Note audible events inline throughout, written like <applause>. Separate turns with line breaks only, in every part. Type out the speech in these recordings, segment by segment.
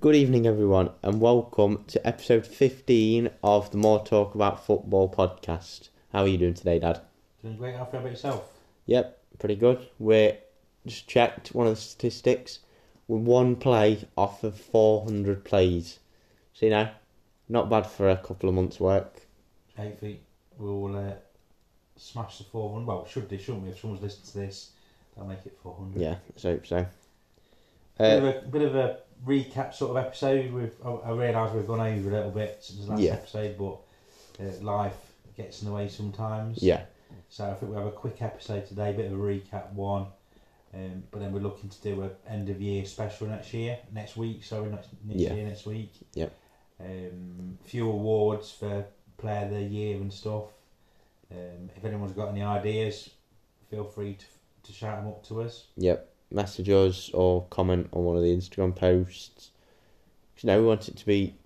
Good evening, everyone, and welcome to episode 15 of the More Talk About Football podcast. How are you doing today, Dad?
Doing great, Alfred, about yourself?
Yep, pretty good. We just checked one of the statistics. We're one play off of 400 plays. So, you know, not bad for a couple of months' work.
Eight feet will uh, smash the 400. Well, should they, shouldn't we? If someone's listening to this, that'll make it 400.
Yeah, let's hope so.
Bit, of
Uh,
a, bit of a recap sort of episode. We've I, I realise we've gone over a little bit since the last
Yeah.
episode, but uh, life gets in the way sometimes.
yeah,
So I think we have a quick episode today, bit of a recap one. Um, but then we're looking to do a end of year special next year, next week. Sorry, next, next
Yeah.
year, next week.
Yep.
Um, few awards for player of the year and stuff. Um, if anyone's got any ideas, feel free to to shout them up to us.
yep. Message us or comment on one of the Instagram posts. 'Cause, You know, we want it to be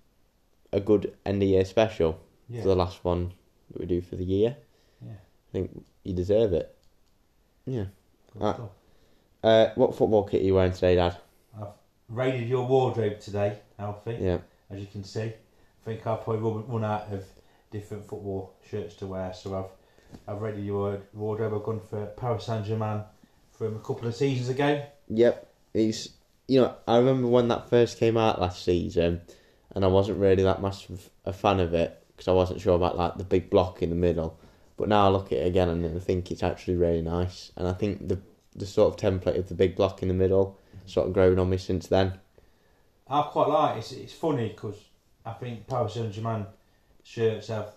a good end of year special.
Yeah.
for the last one that we do for the year.
Yeah.
I think you deserve it. Yeah.
Good
Ah.
stuff.
Uh, what football kit are you wearing today, Dad?
Raided your wardrobe today, Alfie.
Yeah.
as you can see. I think I've probably run- run out of different football shirts to wear, so I've I've ready your wardrobe. I've gone for Paris Saint Germain from a couple of seasons ago.
Yep. It's you know I remember when that first came out last season, and I wasn't really that much of a fan of it because I wasn't sure about like the big block in the middle. But now I look at it again and I think it's actually really nice, and I think the the sort of template of the big block in the middle sort of grown on me since then.
I quite like it. It's, it's funny because I think Paris Saint Germain shirts have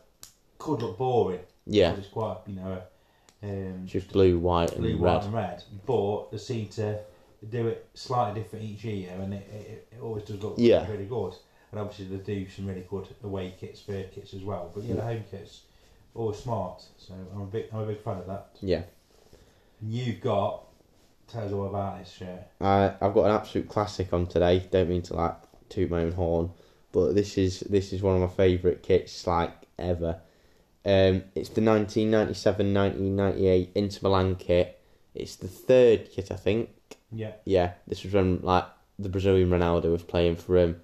could look boring.
Yeah.
'cause it's quite you know um,
It's just blue, white, and
Mm. blue,
red.
white, and red, but they seem to do it slightly different each year, and it, it, it always does look
Yeah.
really good. And obviously, they do some really good away kits, fair kits as well. But yeah, the home kits always smart. So I'm a big, I'm a big fan of that.
Yeah.
And you've got tell us all about this shirt.
I I've got an absolute classic on today. Don't mean to like toot my own horn, but this is this is one of my favourite kits like ever. Um, it's the 1997-1998 Inter Milan kit. It's the third kit I think.
Yeah,
Yeah, this was when like the Brazilian Ronaldo was playing for him,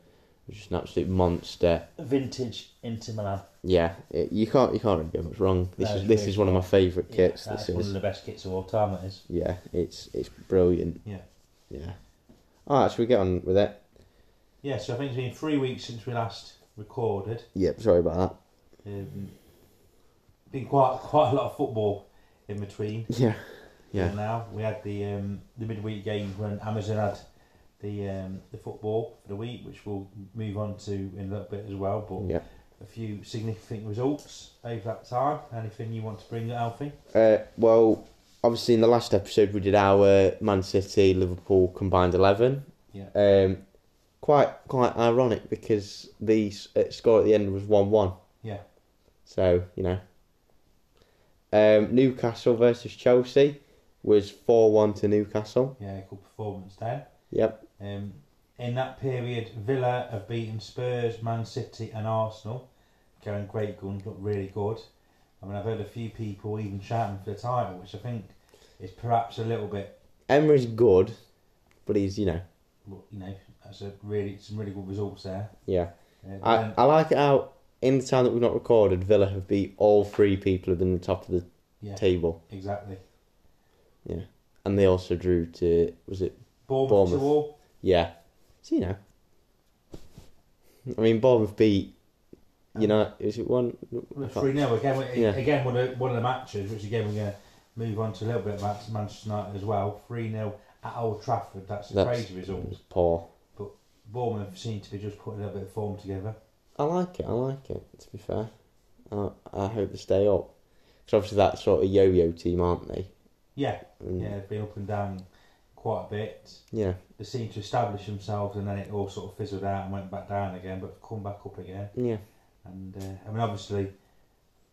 which is an absolute monster.
vintage Inter Milan.
Yeah, it, you can't you can't really get much wrong. This
No,
is
it's
this
really
is one of my favourite kits.
Yeah, that's
this
one of
is
the best kits of all time. That is.
yeah, it's it's brilliant.
Yeah.
yeah. All right, should we get on with it?
yeah. So I think it's been three weeks since we last recorded.
Yep, sorry about that.
Um, been quite quite a lot of football in between. <laughs>
Yeah. Yeah.
till Now we had the um, the midweek games when Amazon had the um, the football for the week, which we'll move on to in a little bit as well. But
Yeah.
a few significant results over that time. Anything you want to bring, Alfie?
Uh, well, obviously, in the last episode, we did our Man City Liverpool combined 11.
Yeah.
Um, quite quite ironic because the s- uh, score at the end was 1 1.
Yeah.
So, you know. Um, Newcastle versus Chelsea was 4 1 to Newcastle.
Yeah, good performance then.
Yep.
Um, in that period, Villa have beaten Spurs, Man City, and Arsenal. Going great guns, look really good. I mean, I've heard a few people even shouting for the title, which I think is perhaps a little bit
Emery's good, but he's, you know,
Well, you know, that's a really some really good results there.
yeah.
Uh,
I,
then-
I like it how, in the time that we've not recorded, Villa have beat all three people within the top of the
yeah,
table.
exactly.
and they also drew to was it
Bournemouth,
Bournemouth.
to all.
yeah so you know I mean Bournemouth beat you know is it one I can't-
three 0 again. we-
Yeah.
Again, one of one of the matches, which again we're going to move on to a little bit about Manchester United as well. Three 0 at Old Trafford. That's a
That's-
crazy result.
poor
Bournemouth seem to be just putting a little bit of form together.
I like it I like it to be fair I, I hope they stay up because obviously that sort of yo-yo team aren't they
Yeah,
And-
yeah, they've been up and down quite a bit.
yeah
They seem to establish themselves, and then it all sort of fizzled out and went back down again, but come back up again.
yeah
And uh, I mean, obviously,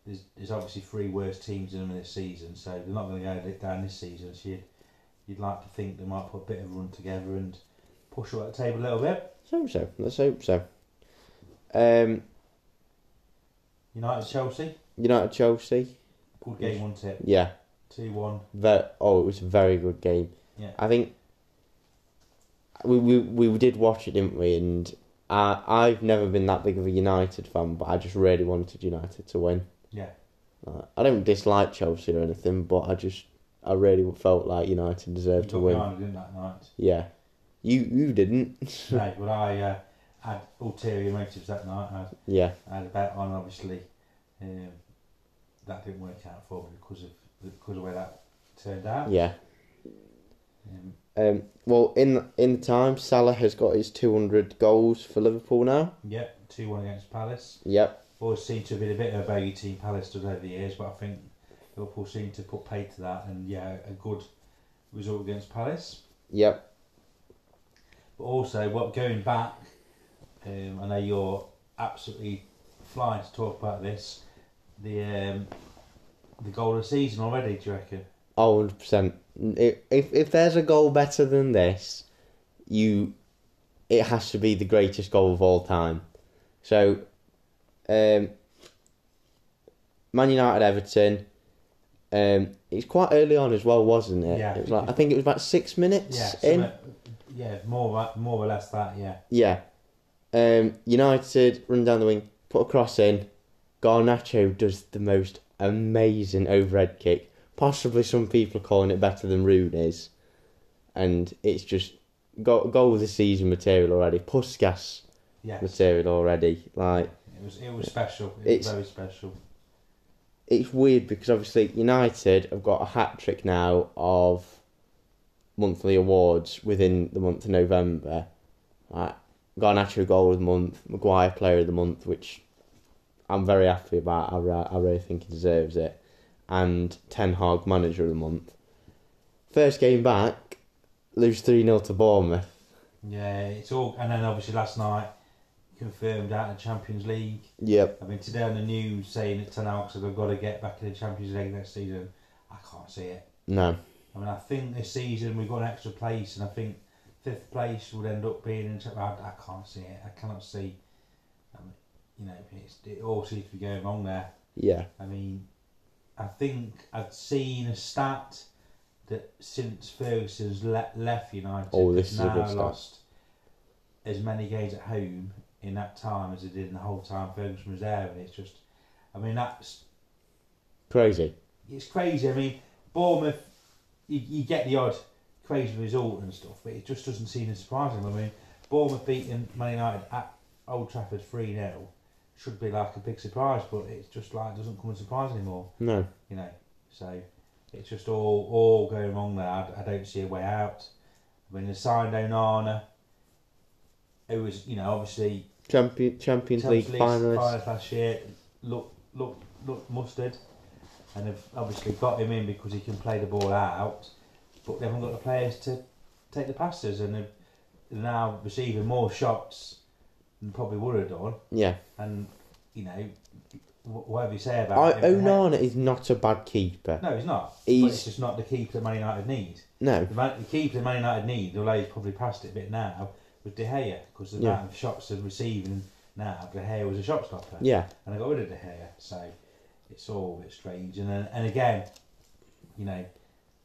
there's, there's obviously three worst teams in them this season, so they're not going to go down this season. So you'd, you'd like to think they might put a bit of a run together and push up at the table a little bit.
so so let's hope so um
United Chelsea,
United Chelsea
good game, wasn't it?
yeah
2 1.
Ver oh, it was a very good game.
Yeah.
I think we we we did watch it, didn't we? And I I've never been that big of a United fan, but I just really wanted United to win.
Yeah.
Uh, I don't dislike Chelsea or anything, but I just I really felt like United
You
deserved Uh, to
got
win.
behind in that night.
Yeah, you you didn't.
no, but I uh, had ulterior motives that night. I
<laughs> Yeah,
I had a bet on obviously um, that didn't work out for me because of because of where that turned out.
yeah.
Um,
Um, well, in in time, Salah has got his two hundred goals for Liverpool now.
yep, two one against Palace.
Yep.
Always seemed to have been a bit of a bogey team Palace does over the years, but I think Liverpool seemed to put pay to that, and yeah, a good result against Palace.
Yep.
But also, what going back, um, I know you're absolutely flying to talk about this. The um, the goal of the season already, do you reckon?
Oh, 100 percent. If if- if there's a goal better than this, you, it has to be the greatest goal of all time. So, um, Man United Everton. Um, it's quite early on as well, wasn't it?
Yeah.
It was like I think it was about six minutes
Yeah,
in.
somewhat- yeah, more or- more or less that. Yeah,
Yeah. Um, United run down the wing, put a cross in. Garnacho does the most amazing overhead kick. Possibly some people are calling it better than Rooney's. And it's just go goal of the season material already. Puskas
yeah.
material already. Like
It was it was special. It
It's-
was very special.
it's weird because obviously United have got a hat trick now of monthly awards within the month of November. Like Garnacho Goal of the Month, Maguire Player of the Month, which I'm very happy about. I, re- I really think he deserves it. And Ten Hag Manager of the Month. First game back, lose 3 0 to Bournemouth.
Yeah, it's all. And then obviously last night confirmed out of the Champions League.
Yep.
I mean today on the news saying that Ten Hag said I've got to get back in the Champions League next season. I can't see it.
No.
I mean I think this season we've got an extra place, and I think fifth place would end up being in. I, I can't see it. I cannot see. I mean, you know, it's, it all seems to be going wrong there.
Yeah.
I mean, I think I'd seen a stat that since Ferguson's le- left United,
Oh, this is a
they've
good
now
stat.
lost as many games at home in that time as they did in the whole time Ferguson was there, and it's just, I mean, that's
Crazy.
it's crazy. I mean, Bournemouth, you, you get the odd crazy result and stuff, but it just doesn't seem as surprising. I mean, Bournemouth beating Man United at Old Trafford three 0 should be like a big surprise, but it's just like doesn't come as a surprise anymore
No.
you know. So it's just all all going wrong there. I, I don't see a way out. I mean, they signed Onana, who was you know obviously
Champion, Champions League
Champions
finalist.
finalist last year, look look look mustard, and they've obviously got him in because he can play the ball out, but they haven't got the players to take the passes, and they're now receiving more shots than probably would have done,
Yeah.
and you know. wh- Whatever you say
I,
about him,
Onana is not a bad keeper.
no, he's not. But it's
He's
just not the keeper that Man United need.
no,
The, man, the keeper that Man United need, although he's probably passed it a bit now, was De Gea because the
Yeah.
amount of shots they're receiving now, De Gea was a shot stopper,
yeah,
and I got rid of De Gea, so it's all a bit strange. And then, and again, you know,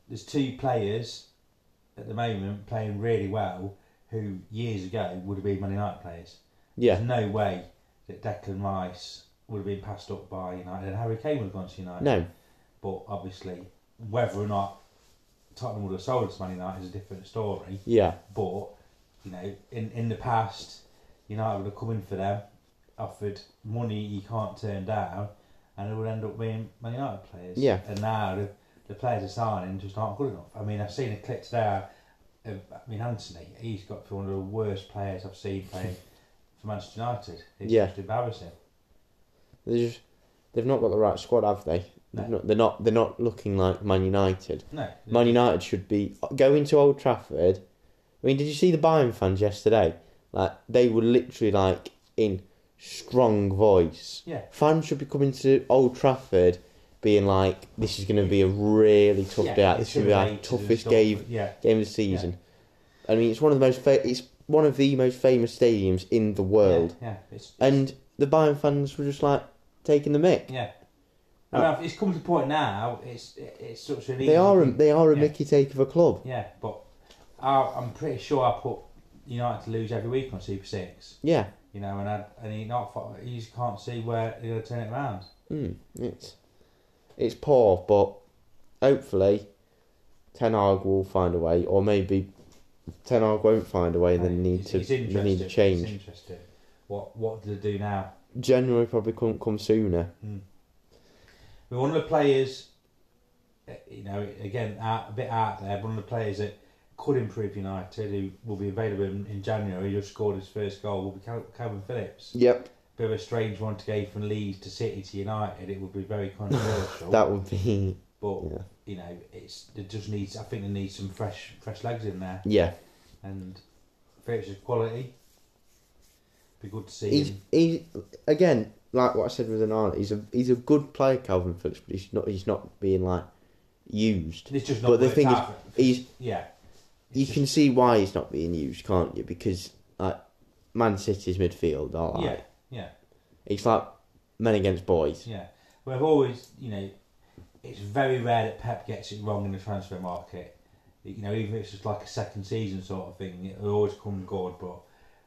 there's two players at the moment playing really well who years ago would have been Man United players.
yeah,
There's no way that Declan Rice would have been passed up by United and Harry Kane would have gone to United.
no,
But obviously, whether or not Tottenham would have sold us Man United is a different story.
yeah,
But you know, in in the past, United would have come in for them, offered money you can't turn down, and it would end up being Man United players.
Yeah.
And now the, the players are signing just aren't good enough. I mean, I've seen a clip today. Of, I mean, Anthony, he's got to be one of the worst players I've seen playing <laughs> for Manchester United. It's
Yeah.
just embarrassing.
They just they've not got the right squad, have they? They've
No.
not, they're not. They're not looking like Man United.
No.
Man United should be going to Old Trafford. I mean, did you see the Bayern fans yesterday? Like they were literally like in strong voice.
Yeah.
Fans should be coming to Old Trafford, being like, "This is going to be a really tough
Yeah,
day out. This
it's
is going to be our
related and
toughest
stuff,
game
but Yeah.
game of the season. I mean, it's one of the most fa- it's one of the most famous stadiums in the world,
Yeah. yeah. It's,
and the Bayern fans were just like taking the mick.
Yeah. I mean, I've- it's come to the point now. It's it's such an.
They are a,
thing.
they are a
Yeah.
Mickey take of a club.
Yeah, but I, I'm pretty sure I put United to lose every week on Super Six,
Yeah,
you know, and I, and he not fo- you just can't see where he'll turn it around.
Mm, it's it's poor, but hopefully Ten Hag will find a way, or maybe Ten Hag won't find a way, and they need
He's-
to
he's
they need to
interested,
change.
He's interested. What what do they do now? Hmm.
January probably couldn't come sooner.
But one of the players, uh, you know, again out, a bit out there. But one of the players that could improve United, who will be available in, in January, who scored his first goal, will be Cal- Calvin Phillips.
Yep,
Bit of a strange one to go from Leeds to City to United. It would
<laughs>
be very controversial.
that would be <laughs>
but
yeah,
you know, it's it just needs. I think they need some fresh fresh legs in there.
yeah.
and Phillips is quality. Be good to see
He's
him.
he again like what I said with Anana. He's a he's a good player, Calvin Phillips, but he's not he's not being like used.
It's just not.
but the
worked
thing
out for- for-
He's
yeah, It's
you
just-
can see why he's not being used, can't you? Because like Man City's midfield are like
yeah, yeah,
It's like men against boys.
yeah. Well, I've always, you know, it's very rare that Pep gets it wrong in the transfer market. You know, even if it's just like a second season sort of thing, it'll always come good. But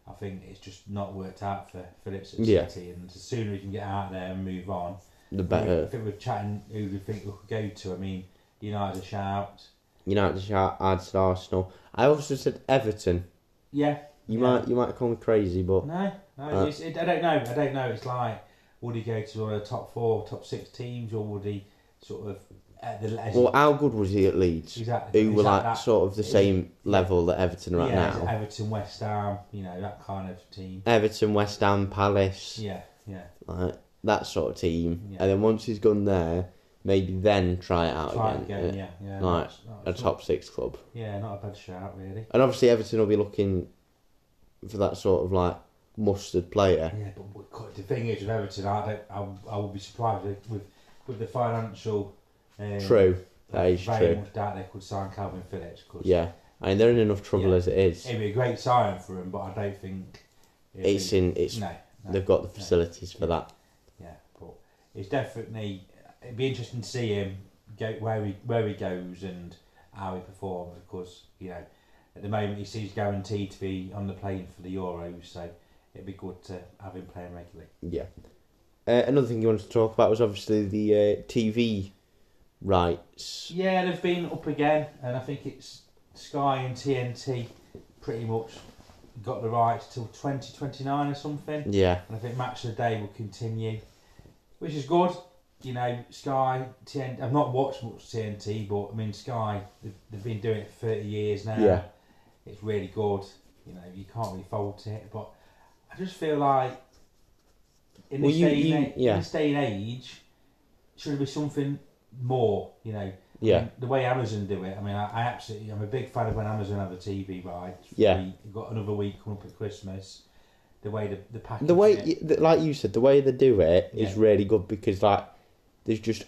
I think it's just not worked out for Phillips at
Yeah.
City, and the sooner he can get out there and move on,
The
I
better
think we're chatting who do we think we could go to. I mean, United a shout.
United shout ads to Arsenal. I also said Everton.
Yeah,
You
Yeah.
might you might call me crazy, but
No, no,
Uh,
it's, it, I don't know. I don't know. It's like would he go to one of the top four, top six teams, or would he sort of at the as,
well, how good was he at Leeds?
exactly
Who were
is that
like
that-
sort of the
is
same level that Everton are at
yeah, is it
now?
Everton, West Ham, you know that kind of team.
Everton, West Ham, Palace,
Yeah, yeah.
like that sort of team.
Yeah.
And then once he's gone there, maybe then try it out
Try
again.
again, yeah, yeah.
Like,
not- not-
A top six club.
Yeah, not a bad shout really.
And obviously Everton will be looking for that sort of like mustard player.
Yeah, but we could- the thing is with Everton, I don't, I, I would be surprised if, with with the financial. Um,
True. that
I
is
very
true.
much doubt they could sign Calvin Phillips. 'cause
Yeah. I mean they're in enough trouble
Yeah.
as it is.
it'd be a great sign for him, but I don't think it'd
It's
be-
in it's
no, no.
They've got the facilities for that.
Yeah, but it's definitely it'd be interesting to see him go where he where he goes and how he performs because you know at the moment he seems guaranteed to be on the plane for the Euros, so it'd be good to have him playing regularly.
Yeah. Uh, another thing you wanted to talk about was obviously the uh, TV rights.
Yeah, they've been up again, and I think it's Sky and TNT pretty much got the rights till twenty twenty nine or something.
Yeah.
and I think match of the day will continue, which is good. You know, Sky, TNT, I've not watched much TNT, but I mean, Sky, they've, they've been doing it for 30 years now.
Yeah.
It's really good. You know, you can't really fault it, but I just feel like in
Well,
this,
you-
day,
you-
and, a-
yeah.
in this day and age, should be something more, you know.
Yeah.
And the way Amazon do it, I mean, I, I absolutely, I'm a big fan of when Amazon have a TV rights.
Yeah.
We- We've got another week coming up at Christmas. The way the, the package.
The way,
it-
y- th- like you said, the way they do it is
Yeah.
really good because, like, there's just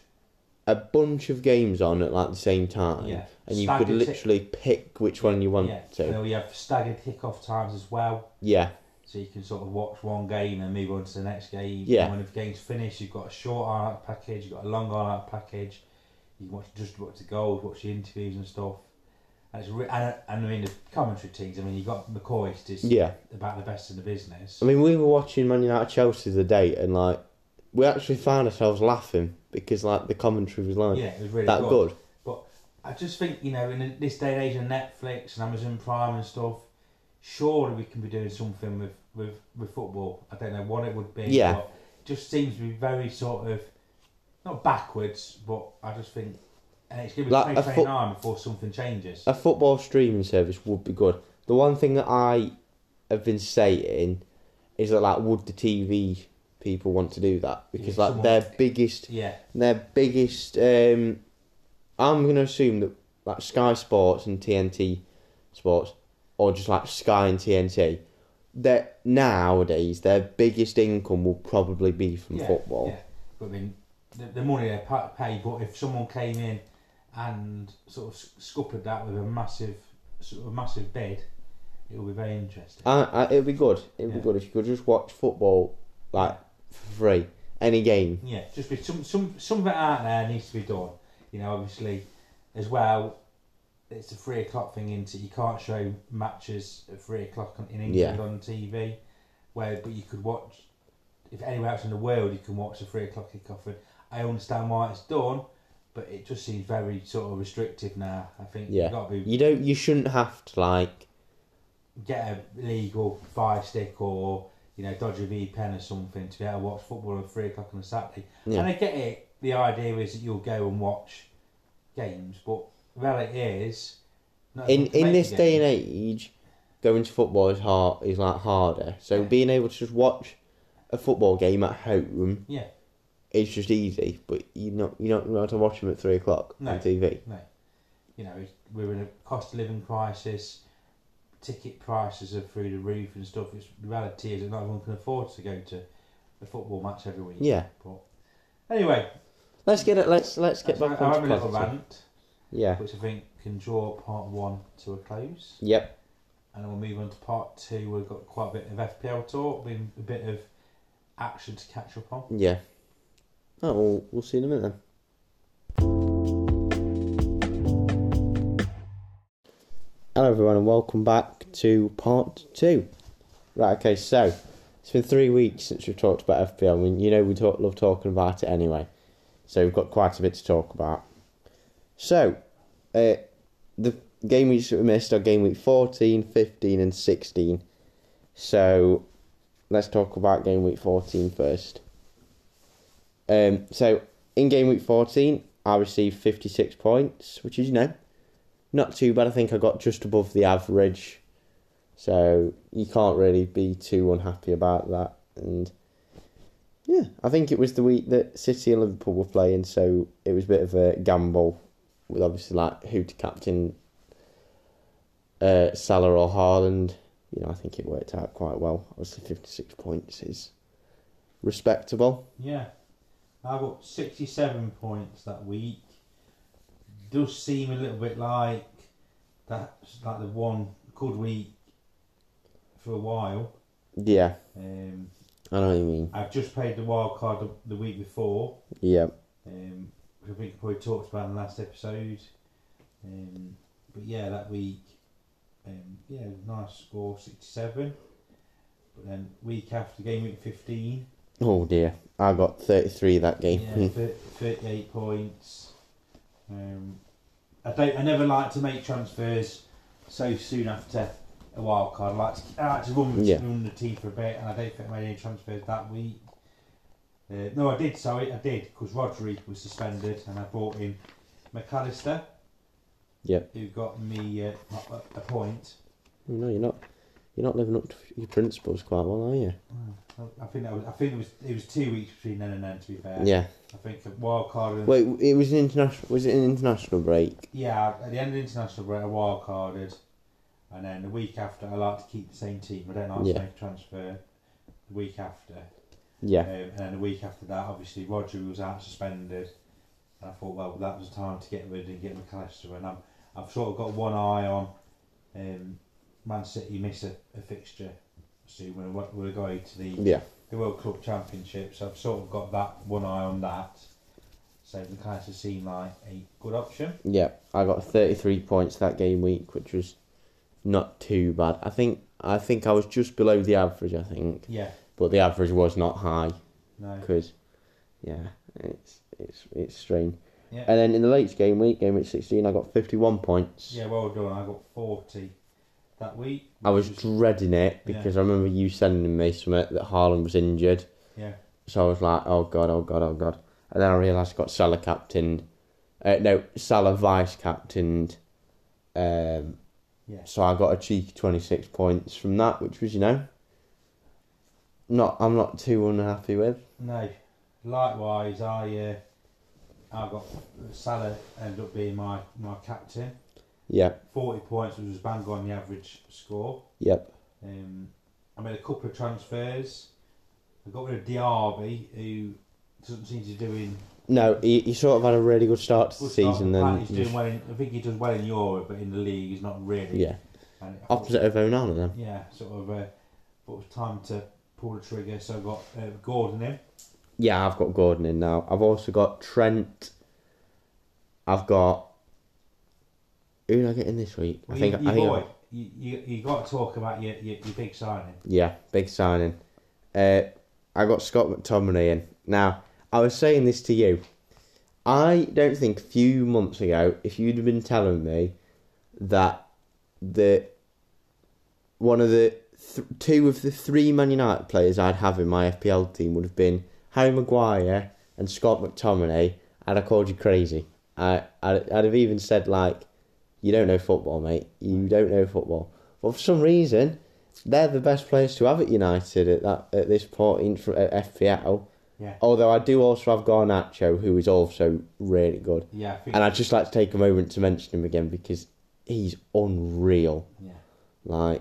a bunch of games on at, like, the same time.
Yeah.
And you
Staggered
could
tick-
literally pick which one you want
yeah. And
to.
then we have staggered kick-off times as well,
Yeah.
so you can sort of watch one game and move on to the next game.
Yeah.
And when the game's finished, you've got a short highlight package, you've got a long highlight package. You can watch just watch the goals, watch the interviews and stuff. And it's re- and, and I mean the commentary teams. I mean you've got McCoist is
Yeah.
about the best in the business.
I mean, we were watching Man United Chelsea the day and, like, we actually found ourselves laughing because, like, the commentary was, like,
yeah, it was really
that
good.
good.
I just think you know in this day and age of Netflix and Amazon Prime and stuff, surely we can be doing something with with, with football. I don't know what it would be.
Yeah.
but it just seems to be very sort of not backwards, but I just think and it's going to be
Like a
twenty twenty nine before something changes.
A football streaming service would be good. The one thing that I have been saying is that like would the TV people want to do that because
Yeah,
like
someone-
their biggest
yeah,
their biggest um I'm going to assume that like Sky Sports and TNT Sports or just like Sky and TNT that nowadays their biggest income will probably be from
Yeah,
football.
yeah. But I mean the, the money they pa- pay. But if someone came in and sort of sc- scuppered that with a massive sort of massive bid, it would be very interesting.
I, I, it'd be good. It'd
Yeah.
be good if you could just watch football like for free any game.
Yeah, just be some some some of it out there needs to be done. You know, obviously, as well, it's a three o'clock thing. Into you can't show matches at three o'clock on- in England
Yeah.
on TV. where but you could watch if anywhere else in the world you can watch a three o'clock kickoff. And I understand why it's done, but it just seems very sort of restrictive now. I think
Yeah.
you've got to be,
You don't. You shouldn't have to like.
get a legal fire stick or you know dodge a VPN or something to be able to watch football at three o'clock on a Saturday.
Yeah.
And I get it. The idea is that you'll go and watch games, but the reality is. not
In
everyone can
in
make
this
the
day
game.
and age, going to football is hard. Is like harder. So
Yeah.
being able to just watch a football game at home.
Yeah.
It's just easy, but you not you don't know how to watch them at three o'clock
No.
on TV.
you know, we're in a cost of living crisis, ticket prices are through the roof and stuff. It's, the reality is that not everyone can afford to go to a football match every week.
Yeah.
Anyway,
Let's get it. Let's let's get
that's
back
I, I have a
onto
little
positive.
rant,
Yeah.
which I think can draw part one to a close.
Yep.
And then we'll move on to part two. We've got quite a bit of FPL talk, been a bit of action to catch up on.
Yeah. Oh, we'll, we'll see in a minute then. Hello, everyone, and welcome back to part two. Right, okay, so it's been three weeks since we've talked about FPL. I mean, you know, we talk, love talking about it anyway, so we've got quite a bit to talk about. So, uh, the game weeks that we missed are game week 14, 15, and 16. So, let's talk about game week 14 first. Um, so in game week 14, I received 56 points, which is, you know, not too bad. I think I got just above the average. So you can't really be too unhappy about that. And yeah, I think it was the week that City and Liverpool were playing, so it was a bit of a gamble with obviously like who to captain uh, Salah or Haaland. You know, I think it worked out quite well. Obviously, 56 points is respectable.
Yeah. I got 67 points that week. Does seem a little bit like that's like the one good week for a while.
Yeah,
Um,
I know what you mean.
I've just played the wild card the, the week before,
Yeah,
um, which I think I probably talked about in the last episode. Um, but yeah, that week, um, yeah, nice score 67. But then week after game week 15,
Oh dear, I got thirty three that game. Hmm. <laughs>
Yeah, thir- 38 points. Um, I don't. I never like to make transfers so soon after a wild card. I like to, I like to run,
Yeah.
run the team for a bit, and I don't think I made any transfers that week. Uh, no, I did. Sorry, I did because Rodri was suspended, and I brought in McAllister.
Yep.
Who got me uh, a, a point.
no, you're not. You're not living up to your principles quite well, are you?
I think that was. I think it was. It was two weeks between then and then. To be fair.
Yeah.
I think a wild card. And,
Wait, it was an international. Was it an international break?
Yeah, at the end of the international break, I wild carded, and then the week after, I like to keep the same team. I don't like
Yeah.
to make a transfer the week after, um,
Yeah.
and then the week after that, obviously Roger was out suspended, and I thought, well, that was the time to get rid and get McAllister, and I'm, I've sort of got one eye on um, Man City miss a, a fixture soon when we're, we're going to the
Yeah.
the World Club Championship, so I've sort of got that one eye on that. So McAllister seemed like a good option.
Yeah. I got thirty three points that game week, which was not too bad. I think. I think I was just below the average. I think,
Yeah.
but the average was not high
No.
because, yeah, it's it's it's strange.
Yeah.
And then in the late game week, game week sixteen, I got fifty one points.
Yeah, well done. I got 40 that week.
I was
which
dreading it
Yeah.
because I remember you sending me something that Haaland was injured.
Yeah.
So I was like, oh god, oh god, oh god. And then I realised I got Salah captained. Uh, no, Salah vice captained. Um,
Yeah.
So I got a cheeky 26 points from that, which was, you know, not I'm not too unhappy with.
No. Likewise, I uh, I got Salah ended up being my, my captain.
Yep,
40 points, which was bang on the average score.
yep,
Um, I made a couple of transfers. I got rid of Diaby, who doesn't seem to be doing.
No, he, he sort of had a really good start to the season. Then
he's doing well. In, I think he does well in Europe, but in the league, he's not really.
yeah,
And I-
opposite of Onana then.
Yeah, sort of. Uh, but it was time to pull the trigger, so I got uh, Gordon in.
Yeah, I've got Gordon in now. I've also got Trent. I've got. Who did I get in this week?
Well,
I think
you, you
I think. I-
boy, you, you, you got to talk about your, your, your big signing.
yeah, big signing. Uh, I got Scott McTominay in. Now, I was saying this to you. I don't think a few months ago, if you'd have been telling me that the one of the th- two of the three Man United players I'd have in my FPL team would have been Harry Maguire and Scott McTominay, and I called you crazy. I, I I'd have even said like, you don't know football, mate. You don't know football. But for some reason, they're the best players to have at United at that at this point in fr- at FPL.
Yeah.
Although I do also have Garnacho, who is also really good,
Yeah, I think.
and I'd just like to take a moment to mention him again because he's unreal.
yeah.
Like,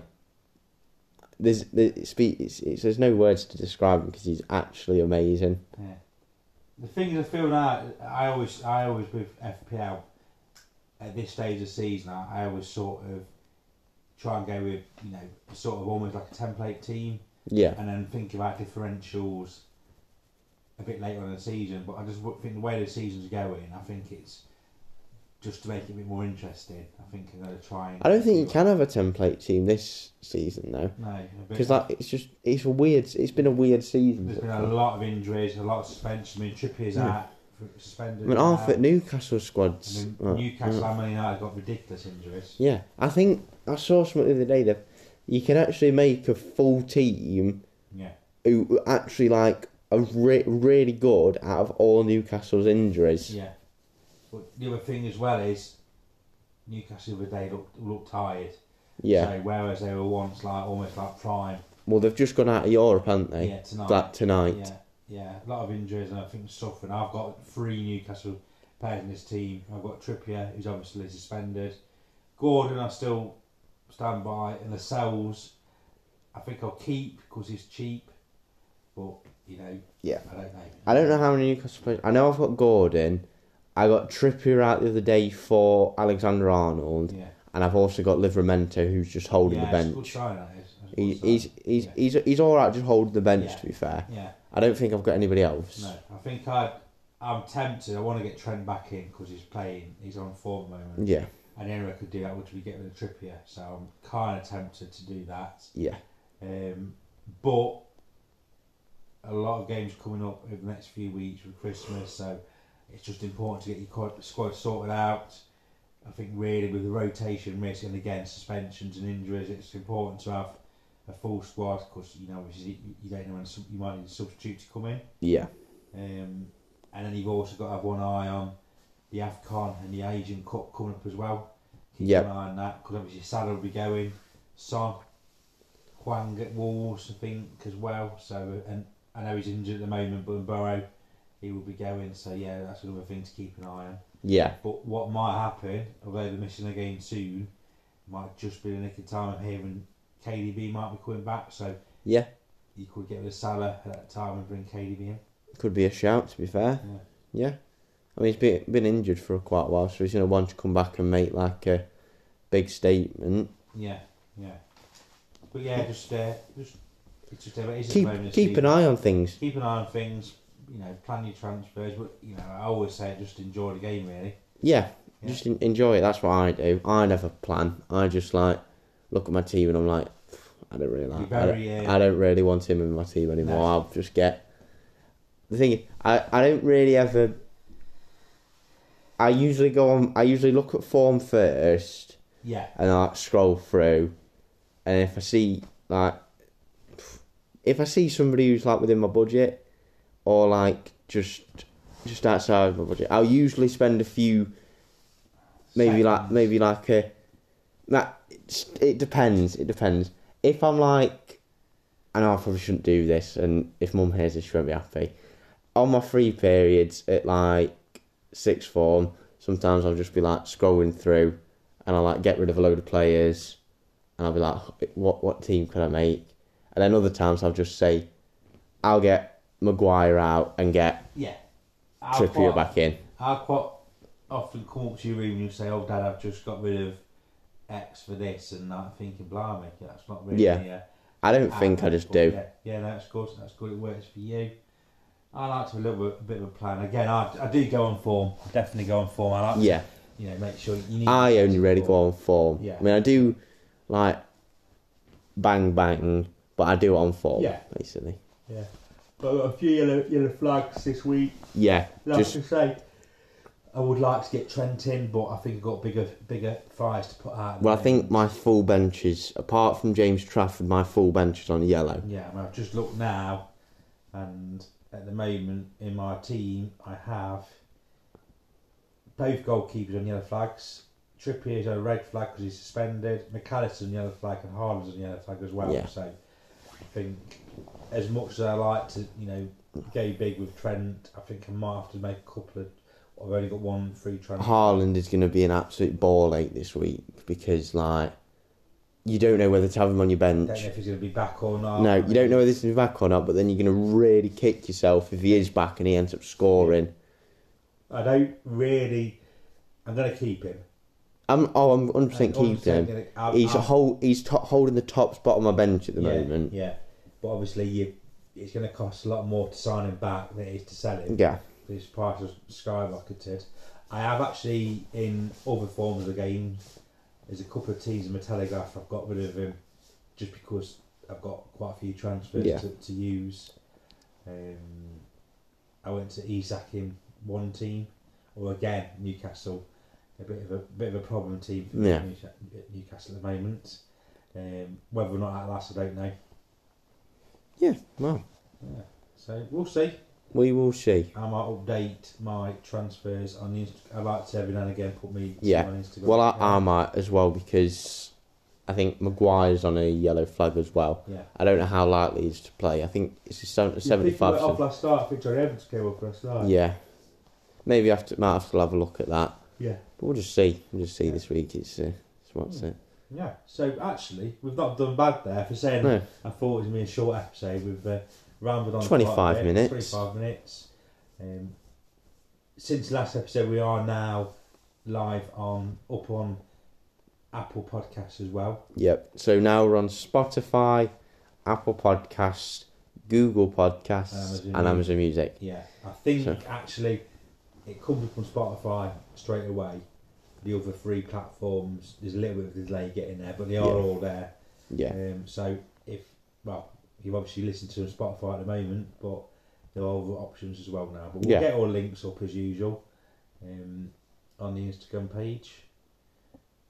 there's there, it's, be- it's, it's, there's no words to describe him because he's actually amazing.
Yeah. The thing is, I feel now, I always, I always with FPL at this stage of the season, I, I always sort of try and go with you know sort of almost like a template team,
Yeah,
and then think about differentials a bit later on in the season. But I just wo- think the way the season's going, I think it's just to make it a bit more interesting. I think I'm going to try. And
I don't think you can have a template team this season though,
No, a bit-
because like it's just it's a weird. It's been a weird season.
there's been a lot of injuries, a lot of suspension. I mean, Trippier's
Yeah.
out,
I
suspended.
mean, uh,
now.
half at Newcastle
I
squads.
mean,
well,
Newcastle and Man United got ridiculous injuries.
Yeah, I think I saw something the other day that you can actually make a full team
Yeah,
who actually like are re- really good out of all Newcastle's injuries.
yeah. But the other thing as well is Newcastle the other day looked looked tired.
Yeah.
So whereas they were once like almost like prime.
Well, they've just gone out of Europe, haven't they?
Yeah, tonight.
That tonight.
Oh, Yeah, yeah. A lot of injuries and I think suffering. I've got three Newcastle players in this team. I've got Trippier, who's obviously suspended. Gordon, I still stand by, and the Lascelles, I think I'll keep because he's cheap. But you know,
Yeah.
I don't know.
I don't know how many Newcastle players. I know I've got Gordon. I got Trippier out the other day for Alexander Arnold,
Yeah.
and I've also got Livramento, who's just holding
yeah,
the
it's a Good
bench.
sign, that is. It's a
He,
good sign.
he's he's,
Yeah.
he's he's all right, just holding the bench.
Yeah.
To be fair,
yeah.
I don't think I've got anybody else.
No, I think I. I'm tempted. I want to get Trent back in because he's playing. He's on form at the moment.
Yeah,
And the only way I could do that would be get rid of Trippier. So I'm kind of tempted to do that.
yeah,
Um, but a lot of games coming up over the next few weeks with Christmas, so it's just important to get your quad, squad sorted out. I think really with the rotation risk and again suspensions and injuries, it's important to have a full squad because you know obviously you- you don't know when sub- you might need a substitute to come in.
yeah.
Um, and then you've also got to have one eye on the AFCON and the Asian Cup coming up as well. Keep
Yep.
an eye on that because obviously Salah will be going, Son, Huang at Wolves, I think, as well. So and I know he's injured at the moment, but Burrow, he will be going. So yeah, that's another thing to keep an eye on.
Yeah,
But what might happen, although they're missing a game soon, might just be the nick of time of hearing KDB might be coming back. So
yeah.
you could get rid of Salah at that time and bring KDB in.
Could be a shout, to be fair.
Yeah.
Yeah. I mean, he's been, been injured for quite a while, so he's going to want to come back and make like a big statement.
Yeah, yeah. But yeah, just uh, just it's just uh, it is at the
Keep,
moment,
keep
Steve.
an eye on things.
keep an eye on things. You know, plan your transfers. But you know, I always say just enjoy the game. Really,
Yeah,
Yeah.
just en- enjoy it. That's what I do. I never plan. I just like look at my team and I'm like, I don't really
be
like. I don't,
very. uh,
I don't really want him in my team anymore.
No.
I'll just get. The thing is, I, I don't really ever. I usually go on. I usually look at form first,
yeah,
and I like, scroll through, and if I see like, if I see somebody who's like within my budget, or like just just outside my budget, I'll usually spend a few, maybe like
seconds.
maybe like a, that it's- it depends. It depends. If I'm like, I know I probably shouldn't do this, and if mum hears this, she won't be happy. On my free periods at like sixth form, sometimes I'll just be like scrolling through and I like get rid of a load of players, and I'll be like, what what team can I make? And then other times I'll just say, I'll get Maguire out and get
yeah. I'll
Trippier
quite-
back in.
I'll quite often come up to your room and you say, "Oh, Dad, I've just got rid of X for this," and I'm thinking, "Blimey, that's not really."
Yeah.
uh,
I don't think I
outlet,
just
but
do.
Yeah, yeah, no, that's good. That's good. It works for you. I like to have a little bit, a bit of a plan. Again, I, I do go on form. I definitely go on form. I like,
Yeah,
to, you know, make sure you need.
I only really go on form.
Yeah.
I mean, I do like bang bang, but I do it on form.
Yeah.
basically.
Yeah. But I've got a few yellow, yellow flags this week.
Yeah,
Like
just
I say, I would like to get Trent in, but I think I've got bigger bigger fires to put out.
well, I think my full bench is apart from James Trafford, my full bench is on yellow.
Yeah, I mean, I've just looked now, and at the moment in my team, I have both goalkeepers on yellow flags. Trippier's on a red flag because he's suspended. McAllister's on yellow flag, and Harlan's on yellow flag as well.
Yeah.
So I think, as much as I like to, you know, go big with Trent, I think I might have to make a couple of. I've only got one free transfer.
Haaland is going to be an absolute ball ache this week because like you don't know whether to have him on your
I don't
bench.
know if he's going to be back or not.
No, you don't know whether he's back or not, but then you're going to really kick yourself if he is back and he ends up scoring.
I don't really. I'm going to keep him.
I'm oh, I'm 100%
I'm
keep him.
gonna- I'm-
He's
I'm-
a whole, he's to holding the top spot on my bench at the
yeah,
moment.
Yeah, but obviously you, it's going to cost a lot more to sign him back than it is to sell him.
Yeah,
His price has skyrocketed. I have actually, in other forms of the game, there's a couple of teams in my telegraph I've got rid of him just because I've got quite a few transfers
Yeah.
to, to use. Um, I went to Isak in one team, or again Newcastle, a bit of a bit of a problem team for
Yeah.
Newca- Newcastle at the moment. Um, whether or not that lasts, I don't know.
yeah. Well,
So we'll see.
we will see.
I might update my transfers on Instagram. I like to every now and again put me
Yeah.
on Instagram.
Well, I, um, I might as well because I think Maguire's on a yellow flag as well.
yeah.
I don't know how likely he is to play. I think it's a seven-
You picked it up
75%.
last night. I think Johnny Evans came up last night.
Yeah, maybe have to might have to have a look at that.
Yeah.
But we'll just see. We'll just see this week. It's uh, it's what's it.
Yeah. So actually, we've not done bad there for saying.
No,
I thought it was going to be a short episode. We've uh, rambled on.
25
quite a bit,
minutes.
Twenty-five minutes. Um, since last episode, we are now live on up on Apple Podcasts as well.
yep. So now we're on Spotify, Apple Podcast, Google Podcasts,
Amazon
and
Music.
Amazon Music.
Yeah, I think
So-
actually it comes up on Spotify straight away. The other three platforms, there's a little bit of a delay getting there, but they are
Yeah.
all there.
Yeah,
Um, so if well, you've obviously listened to Spotify at the moment, but there are other options as well now. But we'll
Yeah.
get all links up as usual um, on the Instagram page.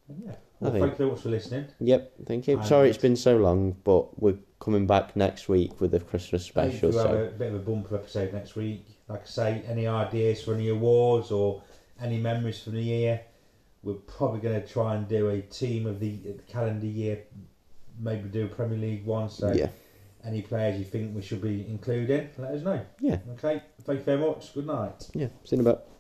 And yeah. Well,
think-
thank you very much for listening.
yep. Thank you.
And-
Sorry it's been so long, but we're coming back next week with a Christmas special.
Hopefully We'll
So
have a bit of a bumper episode next week. Like I say, any ideas for any awards or any memories from the year? We're probably going to try and do a team of the calendar year, maybe do a Premier League one. So,
yeah,
any players you think we should be including, let us know.
Yeah.
Okay. Thank you very much. Good night.
yeah. See you in a bit.